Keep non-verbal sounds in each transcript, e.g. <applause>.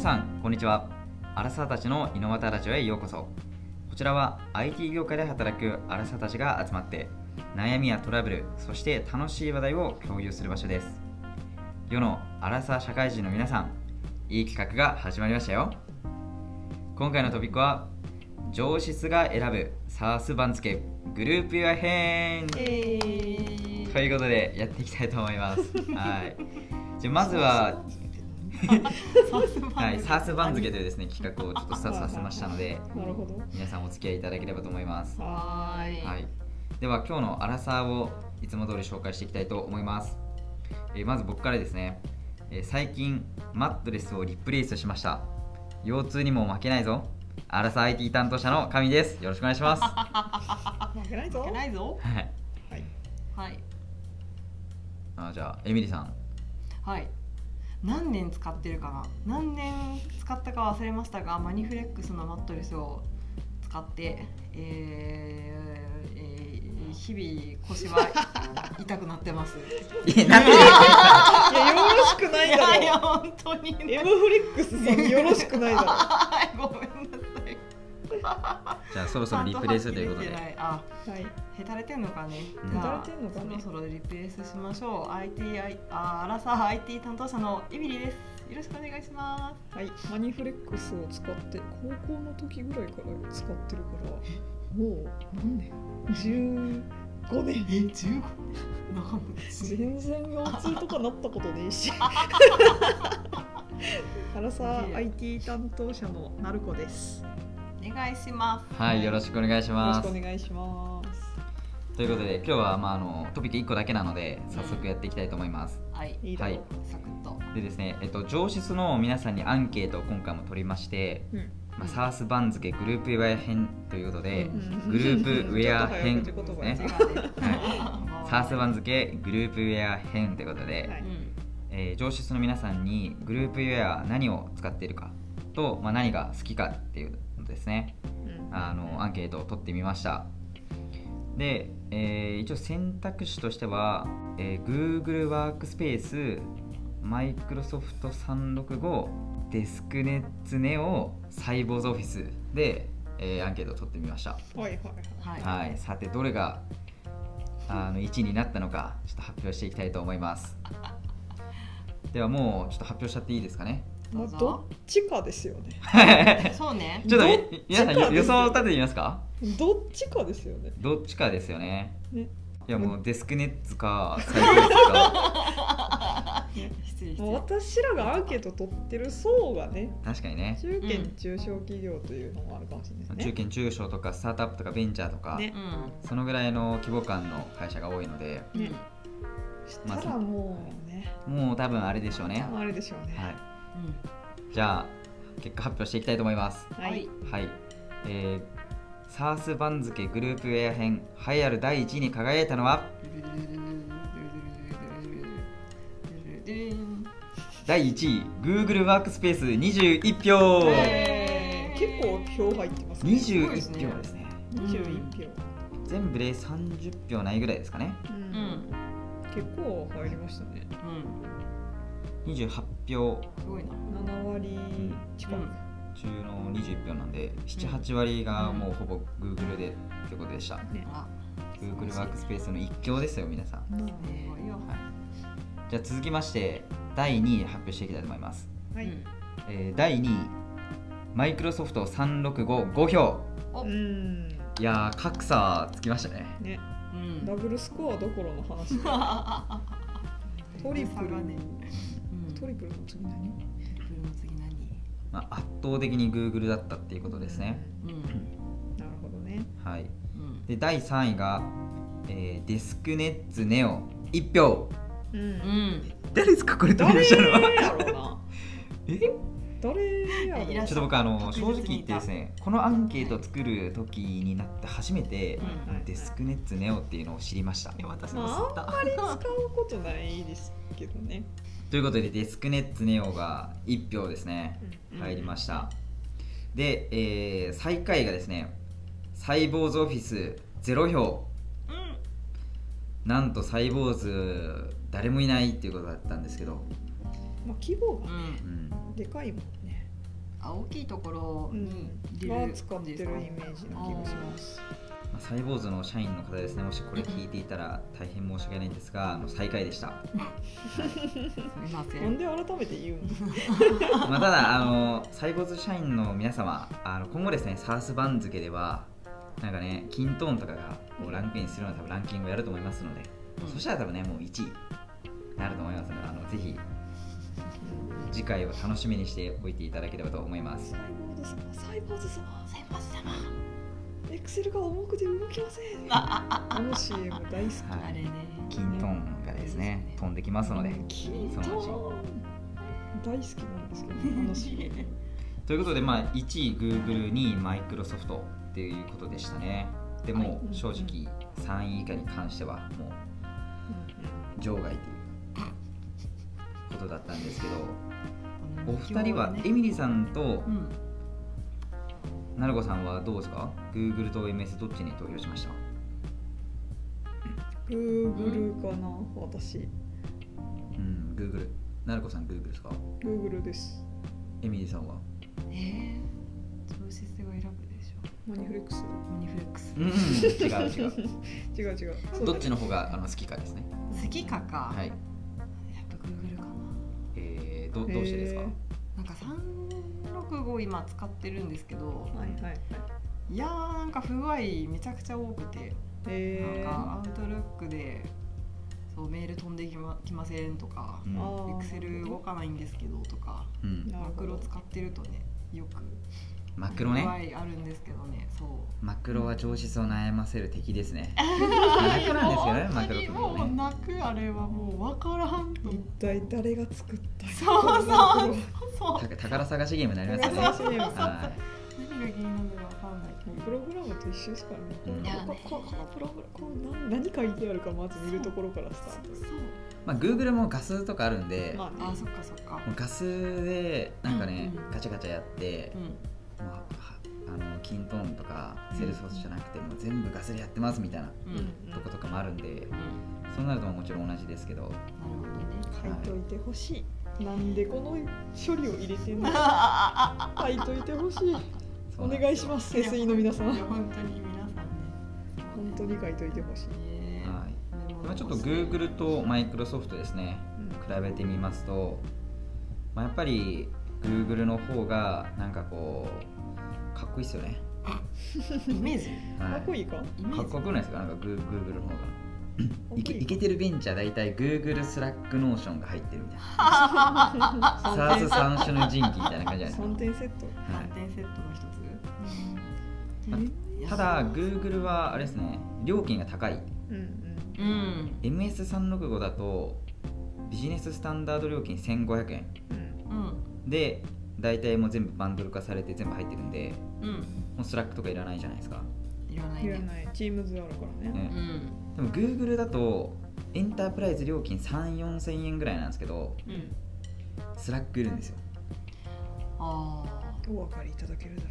さんこんにちはアラサーたちの井の端ラジオへようこそこちらは IT 業界で働くアラサーたちが集まって悩みやトラブルそして楽しい話題を共有する場所です世のアラサー社会人の皆さんいい企画が始まりましたよ今回のトピックは上質が選ぶサース番付グループや編イエーイということでやっていきたいと思いますはいじゃあまずはサース番はい、付サース番付というですね企画をちょっとスタートさせましたのでなるほど皆さんお付き合いいただければと思います、はーいはい、では今日のアラサーをいつも通り紹介していきたいと思います、えーまず僕からですね、えー最近マットレスをリプレイスしました腰痛にも負けないぞアラサー IT 担当者の神ですよろしくお願いしますは負けないぞ負けないぞいはい、はいあじゃあエミリさんはい何年使ってるかな何年使ったか忘れましたがマニフレックスのマットレスを使ってえーえー日々腰は痛くなってます。いやなんでいやよろしくないいだろやいや本当にね、エムフレックスさんよろしくないだろはいごめんなさい。じゃあそろそろリプレイスということちゃんはでっきり出てないあはいへたれてんのかね。うんじゃあへたれてんのかねそろそろリプレイスしましょう。IT アイあアラサー IT 担当者のエミリーです。よろしくお願いしまはい、マニフレックスを使って高校の時ぐらいから使ってるからもう何年 ?15 す。年え、十五。長全然腰痛とかなったことねえし原さすげえん IT 担当者のなるこですよい。お願いしまはいよろしくお願いしろしまくすお願いしますということで今日は、まあ、あのトピック1個だけなので早速やっていきたいと思います、す。はい。いいだろう、はサクッと。でですね、えっと、上質の皆さんにアンケートを今回も取りまして、うんまあ、サース番付グループウェア編ということで、うんグループウェア編ちょっと早口ね言葉や違うね。サース番付。付グループウェア編ということで、はういん。えー上質の皆さんにグループウェア何を使っているかと、まあ、何が好きかっていうのですねうんあのアンケートを取ってみましたで、えー一応選択肢としては、えー Google ワークスペース Microsoft365 デスクネッツネオサイボーズオフィスで、えーアンケートを取ってみました、はいはいはいはい。はい、さてどれがあの1位になったのかちょっと発表していきたいと思いますではもうちょっと発表しちゃっていいですかね <laughs> まどあうどぞっちかですよねそうね。ちょっとどっみ皆さんちかですよ予想を立ててみますかどっちかですよねどっちかですよね。ねいやもうデスクネッツかサイボーズか失礼失もう礼。私らがアンケート取ってる層がね確かにね中堅うん中小企業というのもあるかもしれない中ですね。堅中小とかスタートアップとかベンチャーとか、ねうん。そのぐらいの規模感の会社が多いのでうねんしたらもうね、もう多分あれでしょうね、あれでしょうね。はうんい、じゃあ結果発表していきたいと思いますはい。はいえー、サース番付グループウェア編栄えある第1位に輝いたのは第1位 Google ワークスペース21票、へー結構票入ってますね。 21ごいですね票ですね21票。全部で30票ないぐらいですかねう。うんん結構入りましたね。うん28票すごいな7割近く。うん中の21票なんでうん78割がもうほぼ Google でということでしたね。あ Google ワークスペースの一強ですよ皆さんまあすねごいよじゃあ続きまして第2位発表していきたいと思います、はい。えー第2位マイクロソフト3655票ううんん。いやー格差つきましたねね。うんダブルスコアどころの話。トリプル。うんトリプルの次何？トリプルの次何まあ、圧倒的に Google だったっていうことですね、うんなるほどね。はい、うんで第3位が、えーデスクネッツネオ1票う。うんん誰ですかこれ投票誰したのはやろうな。 <laughs> え誰やろいうらっなしちょっと僕あの確正実に直言ってですねこのアンケートを作る時になって初めて、うんデスクネッツネオっていうのを知りました私も吸った使うことないですけどね。ということでデスクネッツネオが1票ですね入りました、で、えー最下位がですねサイボーズオフィス0票なんとサイボーズ誰もいないっていうことだったんですけど、まあ規模うがんうんでかいもんね。あ大きいところうにん入れはる使っ感じてでするか、イメージな気がしますまあサイボーズの社員の方ですねもしこれ聞いていたら大変申し訳ないんですがあの最下位でした、はいすみませなんんで改めて言うのまあ、ただあのサイボーズ社員の皆様あの今後ですねサース番付ではなんかねキントーンとかがこうランクインするような多分ランキングをやると思いますので、うんそしたら多分ねもう1位になると思いますのであのぜひ次回を楽しみにしておいていただければと思いますサイボーズ様サイボーズ様サイボーズ様エクセルが重くて動きませんあの CM 大好きはいあれねキントーンがですね飛んできますのでキントそーのン大好きなんですけどあの <laughs> CM ということで、まあ、1位 Google 2位マイクロソフトっていうことでしたねではいもうんうん正直3位以下に関してはもう場外ということだったんですけどお二人はエミリさんとうんなるこさんはどうですか Google と MS どっちに投票しました Google かな私うん Google なるこさん Google ですか Google ですエミリさんはえー、調子性を選ぶでしょマニフレックスマニフレックスうん違う違う <laughs> 違う違うそうどっちの方があの好きかですね好きかか、はいやっぱ Google かなえー、どどうしてですかへなんか365今使ってるんですけどはいはいはいいやーなんか不具合めちゃくちゃ多くてなんえーかアウトルックでそうメール飛んできまきませんとかうんあーエクセル動かないんですけどとかうんなマるほクどロ使ってるとねよくマクロ不ね具合あるんですけどねそうマクロは上質を悩ませる敵ですね楽なんですよねマクロ君ももうね泣くあれはもうわからんと一体誰が作ったそうそうそうた宝探しゲームになりますよねそうそうそうは何が原因なんだかわかんないけどプログラムと一緒ですからうんね。ここここのプログラムこう何何書いてあるかまず見るところからスターそトう。そういまあ Google も画数とかあるんで、まああねそっかそっかもうガスでなんかね、うんうんガチャガチャやってう、んもうはあのキントーンとかセールスフォースじゃなくてもう全部ガスでやってますみたいなうんうんとことかもあるんでなるそうなるともちろん同じですけどほど <laughs> ね書いといてほしい。なんでこの処理を入れてんのあ書いといてほしい。そおうなんで願いすしよます、SE の皆さいやん。本当に皆さんね本当に書いといてほしい。ねはいでも今ちょっと Google と Microsoft ですね比べてみますと、まあ、やっぱり Google の方がなんかこうかっこいいっすよね、 <laughs> イメージはかっこいいかイメかっージこよくないですかなんか Goo- Google の方がかっこいけいけてるベンチャー大体 Google スラックノーションが入ってるみたいなサーズ3三種の神器みたいな感じじゃないですか。点セット。は三点セットの一うんつい、ただグ Google はあれですね料金が高いうんうんうん MS365 だとビジネススタンダード料金1500円うんうんで大体もう全部バンドル化されて全部入ってるんでうんもうスラックとかいらないじゃないですか、いらないいらねない。Teams あるからね。うね、んでも Google だとエンタープライズ料金34000円ぐらいなんですけどうんスラックいるんですよああお分かりいただけるだろ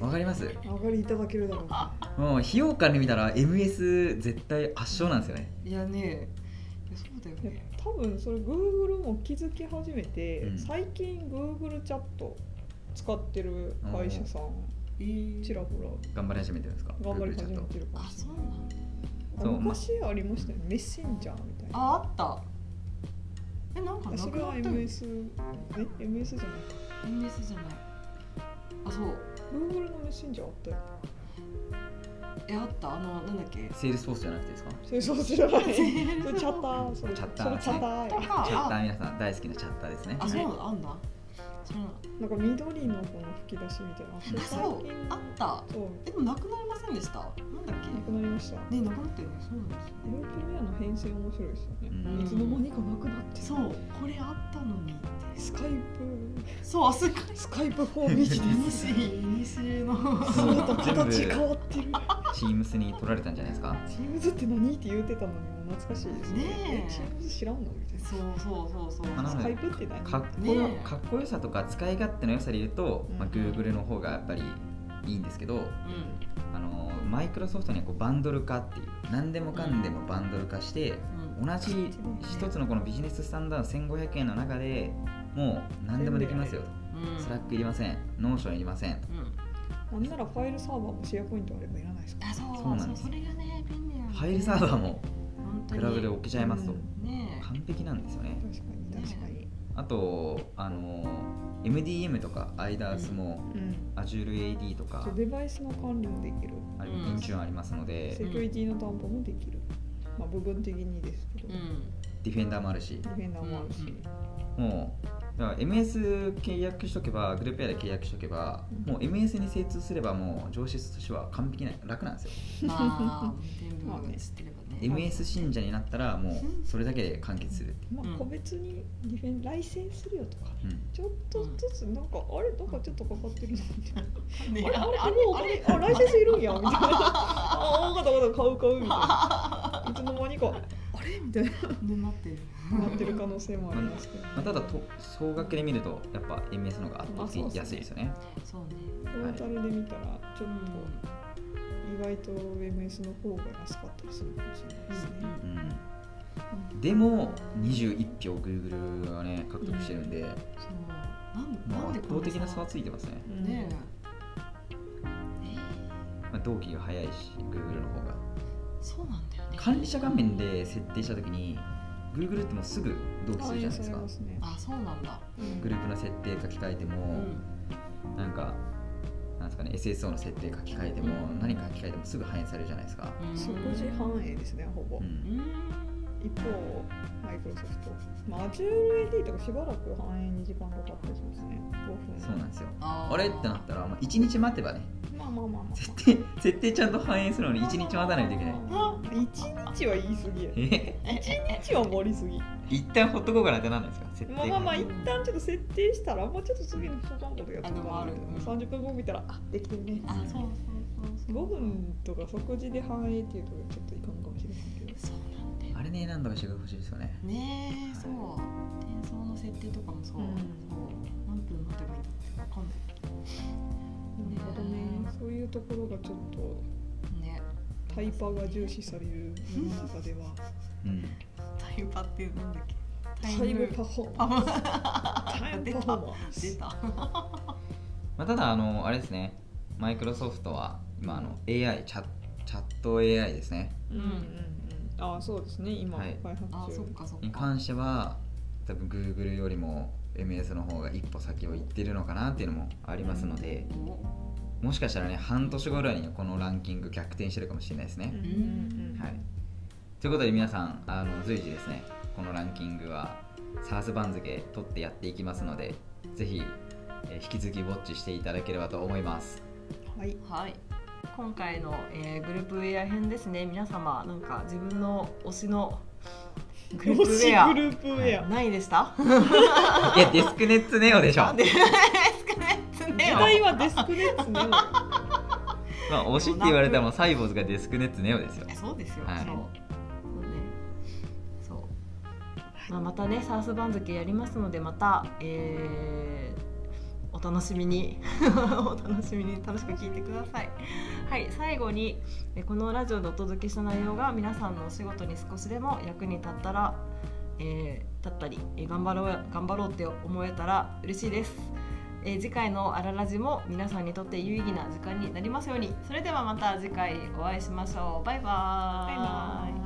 うわかりますか。お分かりいただけるだろうか。もう費用感で見たら MS 絶対圧勝なんですよねいやねいやそうだよいやね多分それ Google も気づき始めて、うん最近 Google チャット使ってる会社さんえーちらほ頑張り始めてるんですから頑張り Google チャ始めットてるかもあしそうなんだうれそなうい昔ありましたよねメッセンジャーみたいなああったえなんかなそくれなはった MS MS え MS じゃないかじゃないあそう Google のメッセンジャーあったよえあったあのなんだっ <laughs> けセールスフォースじゃなくてですかチ清掃じゃないそれチ清掃ャッターそれチャッターそれチャッターやあャッター皆さん大好きなチャッターですねあそうなのあんだ知らなかっなんか緑のこの吹き出しみたいなたあそうあったそうえでもなくなりませんでしたなんだっなくなりましたけねなくなったよねそうなんですよループウェアの変遷面白いですよね、うんいつの間にかなくなってるそうこれあったのにってスカイプそうあすごいスカイプフォーミいにー <laughs> しチいです。にしの姿形全部変わってる。 Teams に取られたんじゃないですかチームズって何って言ってたのにもう懐かしいですね。ねえチームズ知らんのみたいな。そうそうそうそうあなスのカでイプって何？かっこよ、ねえかっこよさとか使い勝手の良さで言うと、まあ、うん Google の方がやっぱりいいんですけどうんあのマイクロソフトにはこうバンドル化っていう何でもかんでもバンドル化してうん同じ一つのこのビジネススタンダード1500円の中でもう何でもできますよとうんスラックいりませんノーションいりませんうんなんならファイルサーバーもシェアポイントあればいらないですかあそうそうなんですそうそれがね便利なんだよねファイルサーバーも本当クにラウドで置けちゃいますとうんね完璧なんですよね確かに確かに、あとあの MDM とか IDAS もうん、 AzureAD とかじゃあデバイスの管理もできるあれうんインチューンありますのセでキュリティの担保もできる、まあ、部分的にですけど、えうデんディフェンダーもあるしィフェンダーもあるし、うんもうだから MS 契約しとけばグループエアで契約しとけばうんもう MS に精通すればもう上質としては完璧な楽なんですよまあ全部まあね知ってればね MS 信者になったらもうそれだけで完結するってまあ、個別にディフェンライセンス料とかいう、うんちょっとずつなんか、あれなんかちょっとかかってるなみたねいなあれあれもうあれあライセンスいるんやみたいな <laughs> ああ分かった分かった買う買うみたいないつの間にかあれみたいな沼ってるなってる可能性もありますけど、まあ、ただと総額で見るとやっぱ MS の方が圧倒的に安いですよね。そうねトータルで見たらちょっと意外と MS の方が安かったりするかもしれないですね、うん、でも21票 Google がね獲得してるんで、そうなんまなあ、んで圧こん倒な的な差はついてますね。うんねえまあ、同期が早いし Google の方が。そうなんだよね管理者画面で設定した時に Google ってもうすぐ同期するじゃないですか反映されま。すねあそうなんだうんグループの設定書き換えてうも、なんかなんですかね SSO の設定書き換えても、うん何書き換えてもすぐ反映されるじゃないですか。即時反映ですねほぼ、うんうん一方マイクロソフトまあ AzureAD とかしばらく反映に時間かかったりしますね5分そうなんですよ。あーあれってなったら、まあ、1日待てばねまあまあまあまあ設定 <laughs> 設定ちゃんと反映するのに1日待たないといけないあ一日は言い過ぎやえ一日は盛りすぎ一旦ほっとこうかなってなんないですか設定まあまあまあ一旦ちょっと設定したらもうちょっと次の人のことやっとあでもかあなる30分後見たらあできてるねあそうそうそうそう5分とか即時で反映っていうとちょっといかんかもしれないけどそうなんだよあれね何度かしてほしいですよねねえそう転送の設定とかもそう,、うんそう何分待てばいいって分かんないなるほどねそういうところがちょっとねタイパが重視される世の中ではうんタイパってなんだっけタイムパフォーマンパフォースタイムパフォーマン出スたまあ、ただあのあれですねマイクロソフトは今あの AI チャチャット AI ですねうんうんうんああそうですね今はい開発中あそっかそっにか関しては多分 Google よりも MS の方が一歩先を行ってるのかなっていうのもありますのでおもしかしたらね半年後ぐらいにこのランキング逆転してるかもしれないですね、うんうんうんはい、ということで皆さんあの随時ですねこのランキングは SARS 番付取ってやっていきますのでぜひ、えー引き続きウォッチしていただければと思い <laughs> ますはいはい今回の、えーグループウェア編ですね皆様なんか自分の推しのグループよウしェグループウェアアないでしたいやデスクネッツネオでしょ、 <laughs> なんで少ないです時ね代はデスクネッツねまあ、推しって言われたらもうサイボーズがデスクネッツネオですよえそうですよ、はいそうそうねそう、まあ、またねサース番付やりますのでまた、えーお楽しみに <laughs> お楽しみに楽しく聞いてくださいはい最後にえこのラジオでお届けした内容が皆さんのお仕事に少しでも役に立ったら、えー立ったりえ頑張ろう頑張ろうって思えたら嬉しいですえー次回のあらラジも皆さんにとって有意義な時間になりますようにそれではまた次回お会いしましょうバイバーイバイバーイ